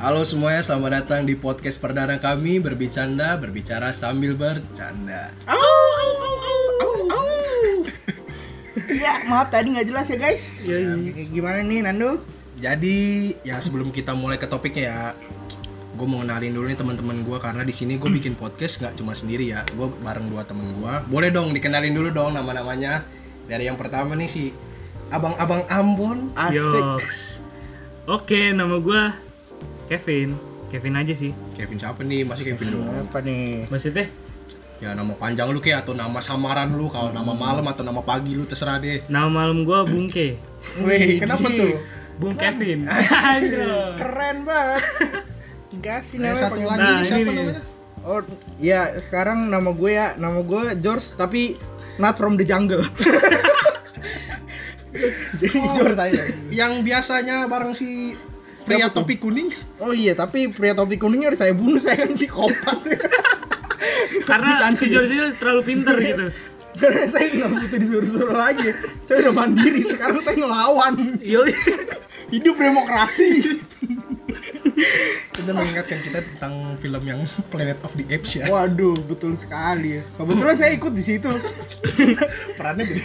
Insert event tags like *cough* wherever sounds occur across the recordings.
Halo semuanya, selamat datang di podcast perdana kami Berbicara, berbicara sambil bercanda Au, au, au, au, au, au. ya, maaf tadi nggak jelas ya guys. Ya, gimana nih Nando? Jadi, ya sebelum kita mulai ke topiknya ya Gue mau kenalin dulu nih teman-teman gue Karena di sini gue bikin podcast nggak cuma sendiri ya Gue bareng dua temen gue Boleh dong, dikenalin dulu dong nama-namanya Dari yang pertama nih si Abang-abang Ambon Iya. Asik. Yoks. Oke, nama gua Kevin. Kevin aja sih. Kevin siapa nih? Masih Kevin doang Apa nih? Maksudnya Ya nama panjang lu kayak atau nama samaran lu Kalau nama malam atau nama pagi lu terserah deh nama malam gua Bungke. Wih, kenapa Ji. tuh? Bung Kevin. Aduh. Keren banget. Enggak sih Nah, namanya satu panggil- lagi Nah, nih, siapa ini nih. namanya? Oh, ya sekarang nama gue ya, nama gue George tapi not from the jungle. Jadi George aja. yang biasanya bareng si pria Siapa tuh? topi kuning Oh iya, tapi pria topi kuningnya harus saya bunuh saya kan si kopat. Karena Bercanda. si George ini terlalu pinter gitu. Karena saya nggak butuh disuruh-suruh lagi. Saya udah mandiri, sekarang saya ngelawan. Yoi. Hidup demokrasi. itu mengingatkan kita tentang film yang *laughs* Planet of the Apes ya Waduh, betul sekali. Kebetulan saya ikut di situ. Oh, perannya jadi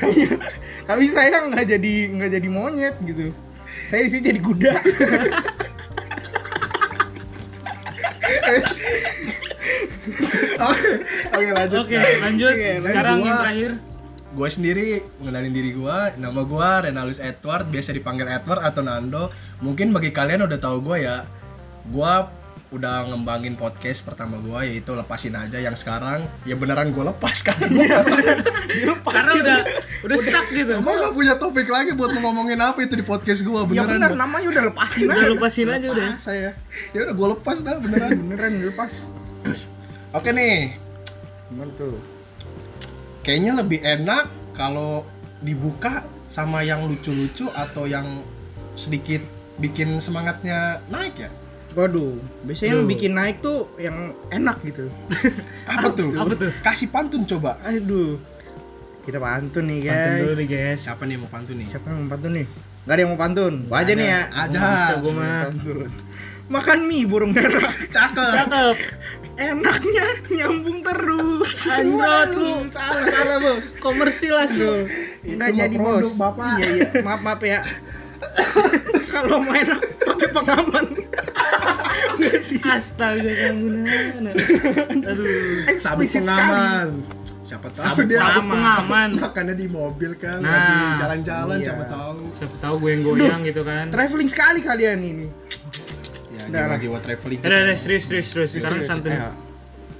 Tapi saya nggak jadi nggak jadi monyet gitu. Saya di sini jadi kuda. Oke, oke lanjut. Oke, lanjut. Oke, lanjut. Sekarang Gua- yang terakhir. gue sendiri mengenalin diri gue nama gue Renalis Edward biasa dipanggil Edward atau Nando mungkin bagi kalian udah tahu gue ya gue udah ngembangin podcast pertama gue yaitu lepasin aja yang sekarang ya beneran gue lepas *laughs* kan Karena gitu. udah udah stuck gitu. gue gak punya topik lagi buat mau ngomongin apa itu di podcast gue Ya beneran benar namanya udah lepasin Udah lepasin aja udah. Lepas saya. ya udah gue lepas dah beneran Beneran lepas. oke nih Gimana tuh? kayaknya lebih enak kalau dibuka sama yang lucu-lucu atau yang sedikit bikin semangatnya naik ya Waduh, biasanya yang Duh. bikin naik tuh yang enak gitu. apa tuh Apa tuh? kasih pantun coba Aduh. Kita pantun nih, guys. Pantun dulu nih, guys. siapa nih yang mau pantun nih Siapa yang mau pantun nih? Gak ada yang mau pantun. Gua aja nih ya. aja Nggak bisa gua mah. Pantun. Makan mie burung merah. cakep Cakep. Enaknya nyambung *laughs* terus. Anjot, lu. Waduh, Salah salah, Bu. Komersil lah sih. Itu Nggak mah jadi, produk, Bos. Bapak. Iya, iya. Maaf, maaf ya. *laughs* Kalau mau enak pakai pengaman. Nggak sih. Astaga kamu Nana. Aduh. sabuk Eksplisit sekali. pengaman siapa tahu Sabuk dia Sabuk Sama. pengaman. makannya di mobil kan Nah, lagi jalan-jalan iya. siapa tahu Siapa tahu gue yang goyang gitu kan. Traveling sekali kalian ini. ya Udah lah. jiwa traveling gitu. Udah, udah, serius, serius, serius. Sekarang Serius. santun. Ayo.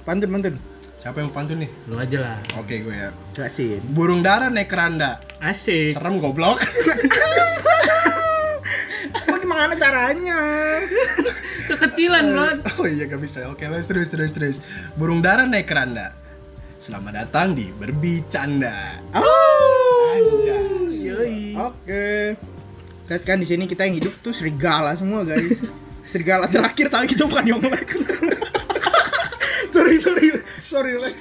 Pantun, pantun. siapa yang mau pantun nih Lu aja lah. oke gue ya Jelasin. burung dara naik keranda Asik. serem goblok Kok gimana caranya? Kekecilan, Blon. Oh iya gak bisa. Oke, terus terus terus terus. Burung dara naik keranda. Selamat datang di Berbicanda. Oh. Anjas. Yoi. Oke. Kan, kan di sini kita yang hidup tuh serigala semua guys. serigala terakhir tapi kita bukan Young Lex. *laughs* sorry sorry sorry Lex.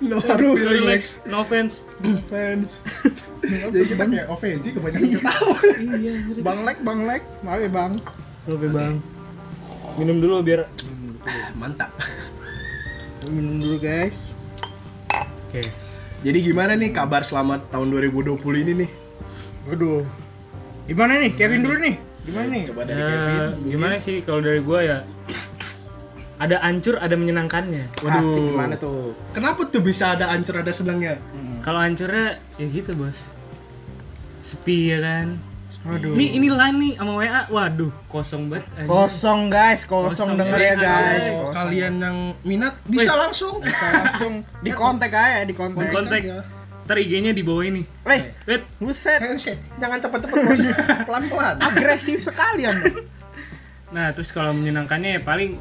No, aduh, Sorry, Lex. No offense. Fans. Jadi kita kayak OVJ kebanyakan ketawa. Iya, Bang Lek, Bang Lek, maaf ya Bang. Oke bang Minum dulu biar Mantap. Minum dulu guys. Oke Jadi gimana nih kabar selamat tahun 2020 ini nih? Aduh. Gimana nih? Kevin dulu nih. Gimana nih? Coba dari Kevin. Ya, mungkin. Gimana sih kalau dari gua ya Ada ancur ada menyenangkannya Waduh. Asik gimana tuh? Kenapa tuh bisa ada ancur ada senangnya? Kalau ancurnya ya gitu bos Sepi ya kan Aduh. Ini ini line nih sama WA Waduh kosong banget anjing. Kosong guys, Kosong, kosong, denger jadi ya guys. kalau Kosong. Kalian yang minat bisa Wih. langsung. Kan, ya. Bisa langsung di kontak aja, di kontak. Di kontak. Ntar IG-nya di bawah ini Eh, Wait buset. Eh, shit. Jangan cepet-cepet bos. Pelan-pelan. agresif sekali ya, anda Nah terus kalau menyenangkannya ya paling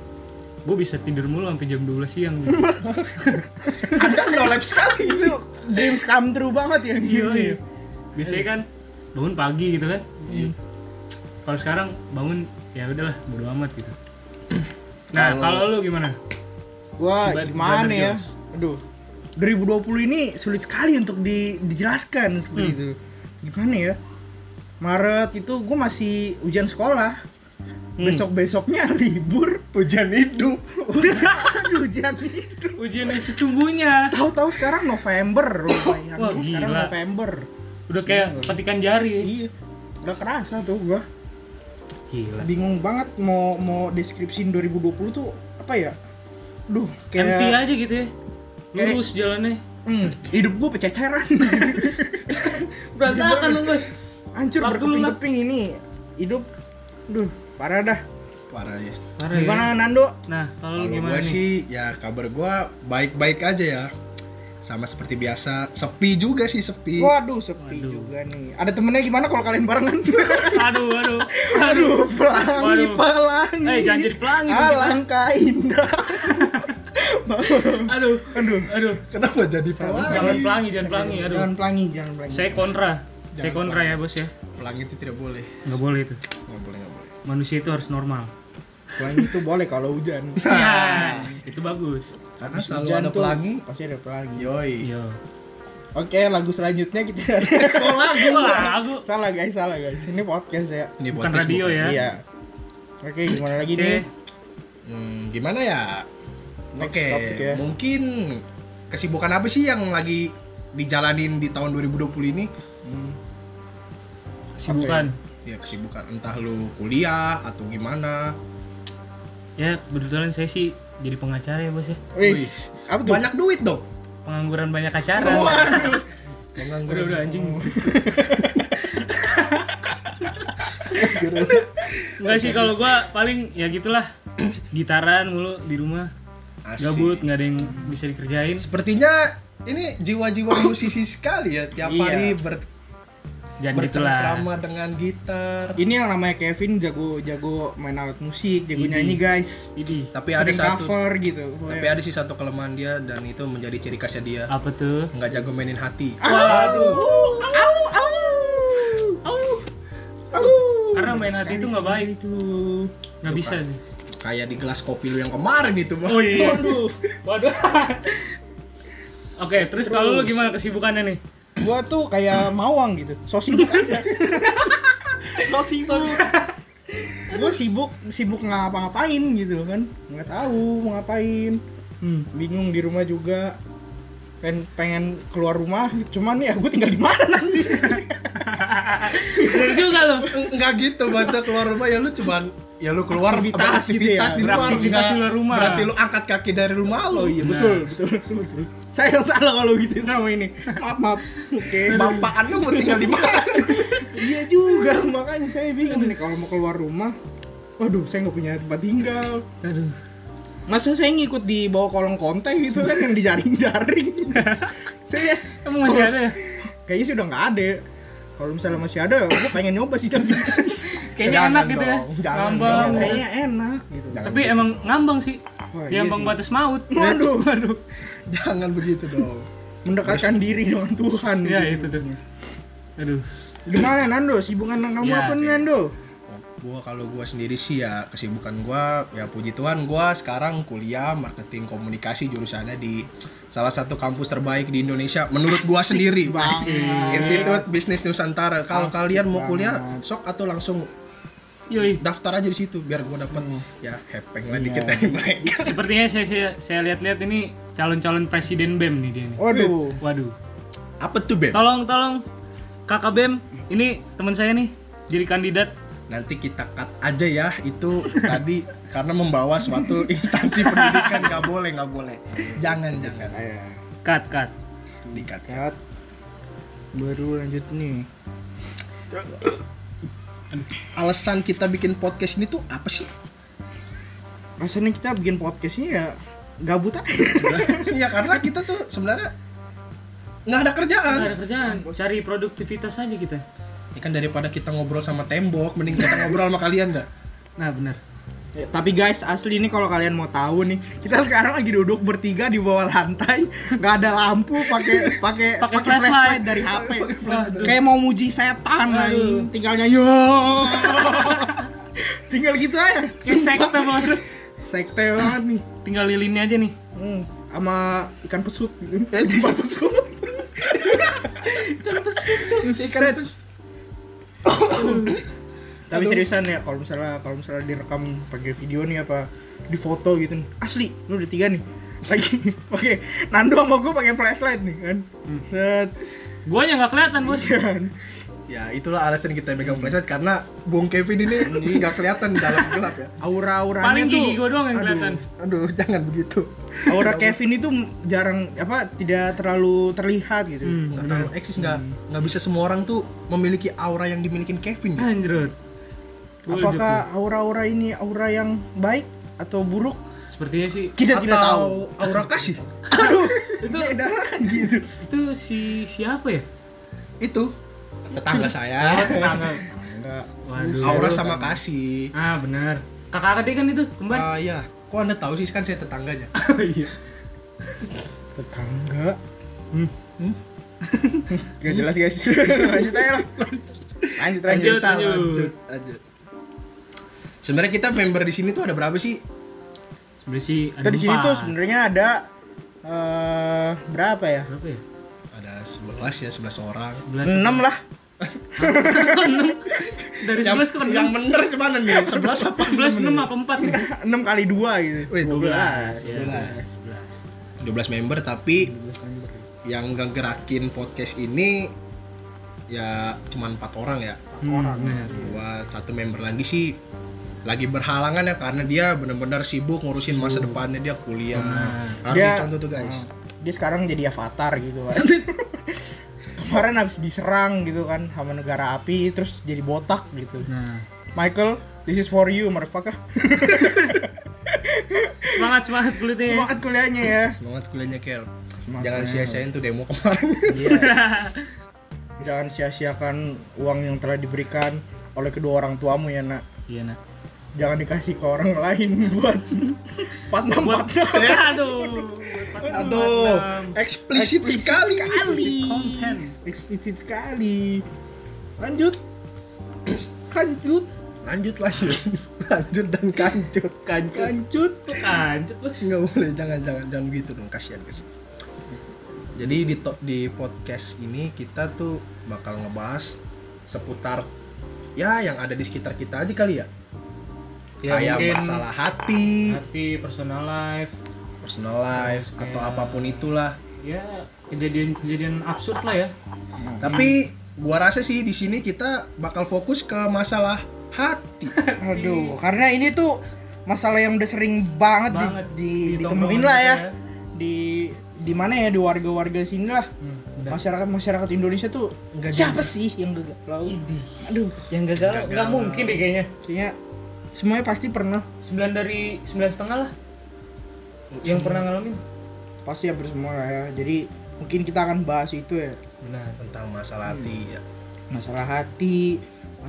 Gue bisa tidur mulu sampai jam 12 siang gitu. Anda nolep sekali. itu dreams come true banget ya Iya. Biasanya kan bangun pagi gitu kan. Kalau sekarang bangun ya udahlah bodo amat gitu. *clears throat* Nah, Kalau- kalau lu gimana? wah Brother gimana ya aduh Jones. 2020 ini sulit sekali untuk di- dijelaskan seperti Hmm. itu gimana ya Maret itu gue masih ujian sekolah Hmm. besok besoknya libur Hujan *laughs* hidup. hujan hujan hidup ujian yang sesungguhnya tahu-tahu sekarang November lu bayangin. Wah, sekarang gila. November udah kayak petikan jari iya udah kerasa tuh gua gila bingung banget mau mau deskripsiin 2020 tuh apa ya duh empty kayak aja gitu ya Kayak- lurus jalannya Hmm, hidup gua pececeran *laughs* berantakan lu guys hancur Lap dulu, lap. berkeping-keping ini hidup duh parah dah Parah ya. Parah ya. gimana Nando nah kalau lu Kalau gimana gue nih sih ya kabar gue baik-baik aja ya. Sama seperti biasa, sepi juga sih sepi. waduh sepi Waduh. juga nih ada temennya gimana kalau kalian *laughs* barengan aduh aduh aduh aduh pelangi Waduh. pelangi eh jangan jadi pelangi dong kita. alangkah indah aduh aduh aduh Kenapa jadi jangan pelangi? pelangi jangan pelangi aduh jangan pelangi jangan pelangi saya kontra Jangan saya kontra ya bos ya Pelangi itu tidak boleh. nggak boleh itu Nggak boleh, nggak boleh. manusia itu harus normal pelangi itu boleh kalau *laughs* hujan ya itu bagus Karena Habis selalu hujan ada tuh pelangi. pasti ada pelangi Yoi. yo oke lagu selanjutnya *laughs* kita oh lagu lagu salah guys salah guys ini podcast ya Ini kan? bukan podcast radio bukan. ya iya oke gimana lagi Oke. nih Hmm, gimana ya? Next Oke, topic ya. mungkin kesibukan apa sih yang lagi dijalanin di tahun 2020 ini? Hmm, sibukan Ya kesibukan entah lu kuliah atau gimana. ya kebetulan saya sih jadi pengacara ya bos ya wis apa tuh Banyak duit dong. pengangguran banyak acara *laughs* udah udah anjing Enggak sih kalau gua paling ya gitulah gitaran mulu di rumah Asik. gabut nggak ada yang bisa dikerjain Sepertinya ini jiwa-jiwa musisi sekali ya tiap Iya. hari ber jadi gitulah bercengkrama dengan gitar. *laughs* ini yang namanya Kevin jago jago main alat musik jago Ini. nyanyi guys ini Tapi ada Sering satu cover gitu tapi ada sih satu kelemahan dia dan itu menjadi ciri khasnya dia. apa tuh nggak jago mainin hati. "Ah, waduh Au, au. karena main hati itu nggak baik itu nggak bisa nih Kayak di gelas kopi lu yang kemarin itu, Bang. oh iya waduh waduh oke terus kalau lu gimana kesibukannya nih gua tuh kayak mawang gitu so sibuk aja so sibuk gua sibuk sibuk ngapa-ngapain gitu kan nggak tahu mau ngapain hmm. bingung di rumah juga pengen pengen keluar rumah cuman ya gue tinggal di mana nanti bener juga lo Enggak gitu, maksudnya keluar rumah ya lu cuman ya lu keluar Aktivitas gitu ya, aktivitas di luar beraktivitas nggak- di luar rumah. Berarti lu angkat kaki dari rumah lu. iya Nah. betul, betul betul saya yang salah kalau gitu sama ini maaf maaf oke Bapakan lu mau tinggal di mana? iya juga makanya saya bingung nih kalau mau keluar rumah waduh saya nggak punya tempat tinggal aduh masa saya ngikut di bawah kolong konten gitu kan yang dijaring-jaring saya emang masih ada ya? kayaknya sih udah nggak ada kalau misalnya masih ada gue pengen nyoba sih tapi kayaknya Jangan enak gitu ya dong, jangan ngambang dong. gitu. kayaknya enak gitu tapi emang ngambang sih Wah, dia iya ngambang sih. batas maut Waduh. waduh Jangan begitu dong. mendekatkan diri dengan Tuhan ya gitu. itu tuh aduh gimana Nando sibukan kamu Ya, apa nih iya. Nando gua kalau gua sendiri sih ya kesibukan gua ya puji Tuhan gua sekarang kuliah marketing komunikasi jurusannya di salah satu kampus terbaik di Indonesia menurut gua Asik sendiri. banget. Institut Bisnis Nusantara. Kalau Asik kalian mau kuliah, banget. sok atau langsung *laughs* yoi daftar aja di situ biar gua dapat Hmm. ya hepeng lah Iya. dikit dari mereka. sepertinya saya saya, saya lihat-lihat ini calon-calon presiden bem nih dia nih waduh waduh Apa tuh, Beb? tolong tolong kakak bem ini teman saya nih jadi kandidat Nanti kita cut aja ya itu tadi karena membawa *laughs* suatu instansi pendidikan nggak boleh, nggak boleh. Jangan, jangan. saya cut cut Dikat. cut baru lanjut nih Alasan kita bikin podcast ini tuh apa sih? rasanya kita bikin podcastnya ya gabut aja ya karena kita tuh sebenarnya nggak ada kerjaan. nggak ada kerjaan cari produktivitas aja kita Ya kan daripada kita ngobrol sama tembok, mending kita ngobrol sama kalian dah. nah benar Ya, tapi guys asli nih kalau kalian mau tahu nih kita sekarang lagi duduk bertiga di bawah lantai nggak ada lampu pakai pakai Pakai pakai flashlight. flashlight dari HP Waduh. kayak mau muji setan Aduh. anjing. tinggalnya yo *laughs* tinggal gitu aja kayak sekte bos sekte banget nih tinggal lilinnya aja nih hmm, sama ikan pesut gitu ikan pesut kan pesut Ikan Set. terus *coughs* tapi Aduh. seriusan ya kalau misalnya kalau misalnya direkam pakai video nih apa di foto gitu nih. asli lu udah tiga nih lagi *laughs* oke Nando sama gue pakai flashlight nih kan Hmm. set *laughs* Guanya nggak kelihatan bos. kan Ya itulah alasan kita megang flashlight karena Bung Kevin *laughs* ini nggak kelihatan di dalam gelap ya. aura auranya Paling gigi tuh gua doang yang kelihatan. Aduh, aduh jangan begitu. aura Kevin itu jarang apa tidak terlalu terlihat gitu Hmm, Nggak bener. terlalu eksis nggak nggak bisa semua orang tuh memiliki aura yang dimiliki Kevin. Gitu. Anjrot. Gua hidup Eh. apakah aura-aura ini aura yang baik atau buruk nih. Sepertinya sih kita tidak tahu Atau aura kasih. itu beda lagi itu itu si siapa ya? Itu tetangga *laughs* saya. Tetangga. Tetangga. Waduh. Ah. Aura sama kasih. Ah benar. Kakak adik kan itu kembar. Ah iya. Kok anda tahu sih kan saya tetangganya. Iya. tetangga Hmm. gak jelas guys *laughs* lanjut aja lah lanjut Lanjut, lanjut lanjut, lanjut. lanjut, sebenarnya kita member di sini tuh ada berapa sih Sebenarnya sih ada Kita Kan di sini empat. tuh sebenarnya ada eh berapa ya? berapa ya? ada 11 ya 11 orang 11 6 lah. Kok enam? Dari yang, 11 ke enam? yang bener gimana nih 11 apa 11 6 apa ya? 4 nih? 6 kali 2 gitu. Wih, Iya. 12. 12. 12 member tapi yang ngegerakin podcast ini ya cuman empat orang ya 12. Orang. gua satu member lagi sih lagi berhalangan ya karena dia benar-benar sibuk ngurusin masa depannya dia kuliah Benar. harus Dia- Nah. dicontoh tuh guys Dia sekarang jadi avatar gitu *laughs* kan. Kemarin habis diserang gitu kan sama negara api terus jadi botak gitu. Nah, Michael, this is for you, motherfucker. semangat semangat kulitnya. Semangat kuliahnya ya. semangat kuliahnya Kel Semangat Iya. jangan kuliahnya. sia-siain tuh demo kemarin Iya. Jangan sia-siakan uang yang telah diberikan oleh kedua orang tuamu ya, Nak. *laughs* Iya nak. Jangan dikasih ke orang lain *laughs* buat patnam Buat *laughs* patnam. aduh. Aduh, eksplisit, Eksplisit sekali. Konten. eksplisit sekali lanjut lanjut Lanjut, lanjut, *laughs* lanjut dan kancut. Kancut. lanjut Tuh kancut bos. Nggak boleh, jangan, jangan, jangan begitu dong. Kasihan, kasihan. Jadi di to- di podcast ini kita tuh bakal ngebahas seputar ya yang ada di sekitar kita aja kali ya. Kayak masalah hati, hati Ya, personal life personal life Terus atau kayak- apapun itulah. ya kejadian-kejadian absurd lah ya Tapi gua rasa sih di sini kita bakal fokus ke masalah hati. aduh karena ini tuh masalah yang udah sering banget, di- Banget gitu di, ditemuin ditemuin lah ya di di mana ya di warga-warga sini lah Hmm, udah. masyarakat masyarakat Indonesia tuh Enggak siapa sih yang gagal Idih, aduh yang gagal Gagal. nggak mungkin deh kayaknya kayaknya semuanya pasti pernah 9 dari 9 setengah lah yang pernah ngalamin pasti hampir semua lah ya jadi mungkin kita akan bahas itu ya benar tentang masalah hati ya. masalah hati masalah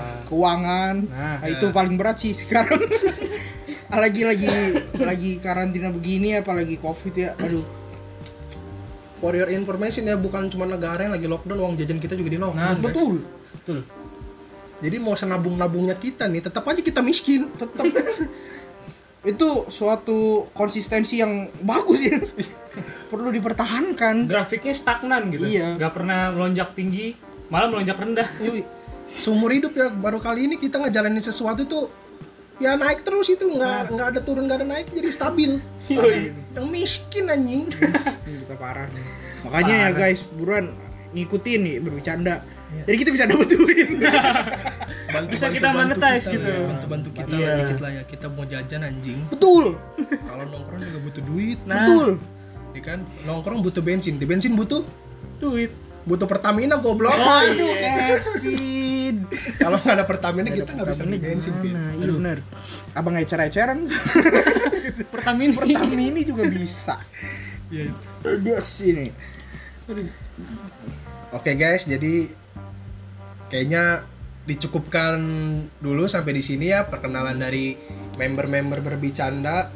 Masalah- keuangan nah Nah, itu paling berat sih sekarang. *laughs* lagi lagi lagi karantina begini apalagi covid ya. Aduh, For your information ya, bukan cuma negara yang lagi lockdown, uang jajan kita juga di Nah, lockdown. guys. betul. betul Jadi mau senabung-nabungnya kita nih, tetap aja kita miskin. Tetap itu suatu konsistensi yang bagus ya. *laughs* Perlu dipertahankan. grafiknya stagnan gitu Iya. nggak pernah melonjak tinggi malah melonjak *laughs* rendah Yui, Seumur hidup ya baru kali ini kita ngejalanin sesuatu tuh ya naik terus itu nggak Nah. nggak ada turun nggak ada naik jadi stabil. Yoi. Yang miskin anjing. Kita parah nih. Makanya ya Parah. guys, buruan ngikutin nih bercanda. Iya. Jadi kita bisa dapat duit. *laughs* Bantu, Bisa kita monetize gitu. Bantu bantu ya, kita Iya. lah dikit lah ya. Kita mau jajan anjing. betul. Kalau nongkrong juga butuh duit, nah Betul. ya kan? Nongkrong butuh bensin. Di bensin butuh duit butuh Pertamina goblok. Oh. Aduh, Kevin. *laughs* Kalau nggak ada Pertamina Nggak ada Iya. kita nggak bisa Pertamina beli bensin. Fit. gimana? Iya Aduh. bener. Abang ecer-eceran *laughs* pertamina Pertamina ini juga bisa. Iya. Pedes ini. Aduh. Oke guys, jadi kayaknya dicukupkan dulu sampai di sini ya perkenalan dari member-member berbicanda.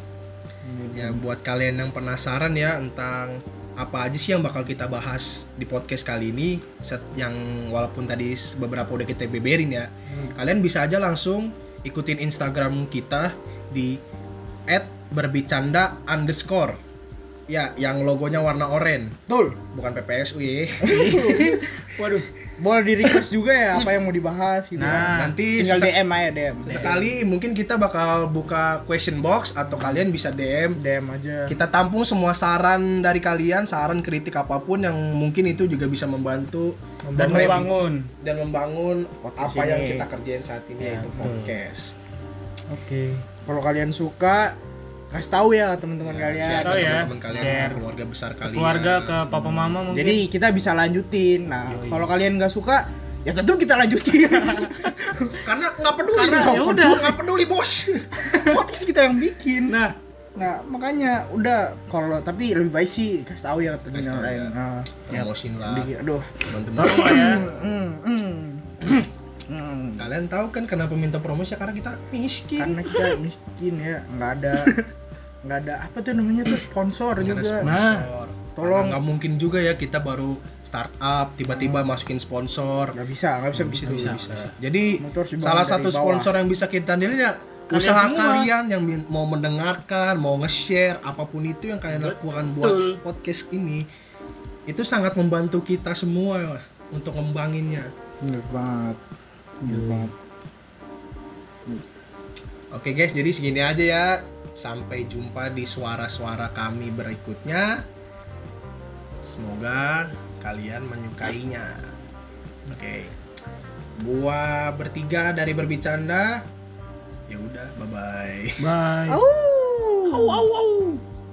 Ya buat kalian yang penasaran ya tentang apa aja sih yang bakal kita bahas di podcast kali ini set yang walaupun tadi s- beberapa udah kita beberin ya. Kalian bisa aja langsung ikutin Instagram kita di @berbicanda underscore ya yang logonya warna oranye Betul. bukan PPSU ya *laughs* waduh boleh di request juga ya apa yang mau dibahas gitu kan. Nah. Nanti Tinggal sesek- DM aja DM. sekali mungkin kita bakal buka question box atau kalian bisa DM. DM aja. Kita tampung semua saran dari kalian, saran kritik apapun yang mungkin itu juga bisa membantu dan Membangun. membangun dan membangun Podcast apa yang ini. kita kerjain saat ini Ya, yaitu betul. podcast. oke Kalau kalian suka kasih tahu ya ke Nah, teman-teman kalian. share ke Tahu ya, teman-teman kalian, share. ke keluarga besar kalian. keluarga ke papa mama mungkin Jadi kita bisa lanjutin. Nah, Yoi. kalau kalian nggak suka, ya tentu kita *laughs* lanjutin. karena nggak peduli, Karena Cok. ya udah. *laughs* nggak peduli bos. Podcast kita yang bikin. nah Nah, makanya udah kalau tapi lebih baik sih kasih tahu ya ke Kasih teman tahu lain. ya. Nah, Promosin lah, bikin- *coughs* aduh. teman-teman. tolong lah *laughs* ya Hmm. Mm, mm. Mm. Kalian tahu kan kenapa minta promosi karena kita miskin. Karena kita miskin ya, nggak ada nggak ada apa tuh namanya tuh sponsor Nggak ada juga. sponsor. Nah. Tolong Tolong. nggak mungkin juga ya kita baru startup tiba-tiba masukin sponsor. Nggak bisa, nggak bisa Nggak begitu. bisa, bisa, nggak bisa. Jadi Motor sih bangun salah dari satu bawah. sponsor yang bisa kita andalin ya Kalian usaha semua. kalian yang min- mau mendengarkan, mau nge-share apapun itu yang kalian lakukan buat Betul. podcast ini itu sangat membantu kita semua untuk ngembanginnya. Bener banget. Iya. Bener Yoi. banget. Oke guys, jadi segini aja ya. Sampai jumpa di suara-suara kami berikutnya. Semoga kalian menyukainya. Oke. Gua bertiga dari berbicara. Ya udah, bye bye. bye Au. au au au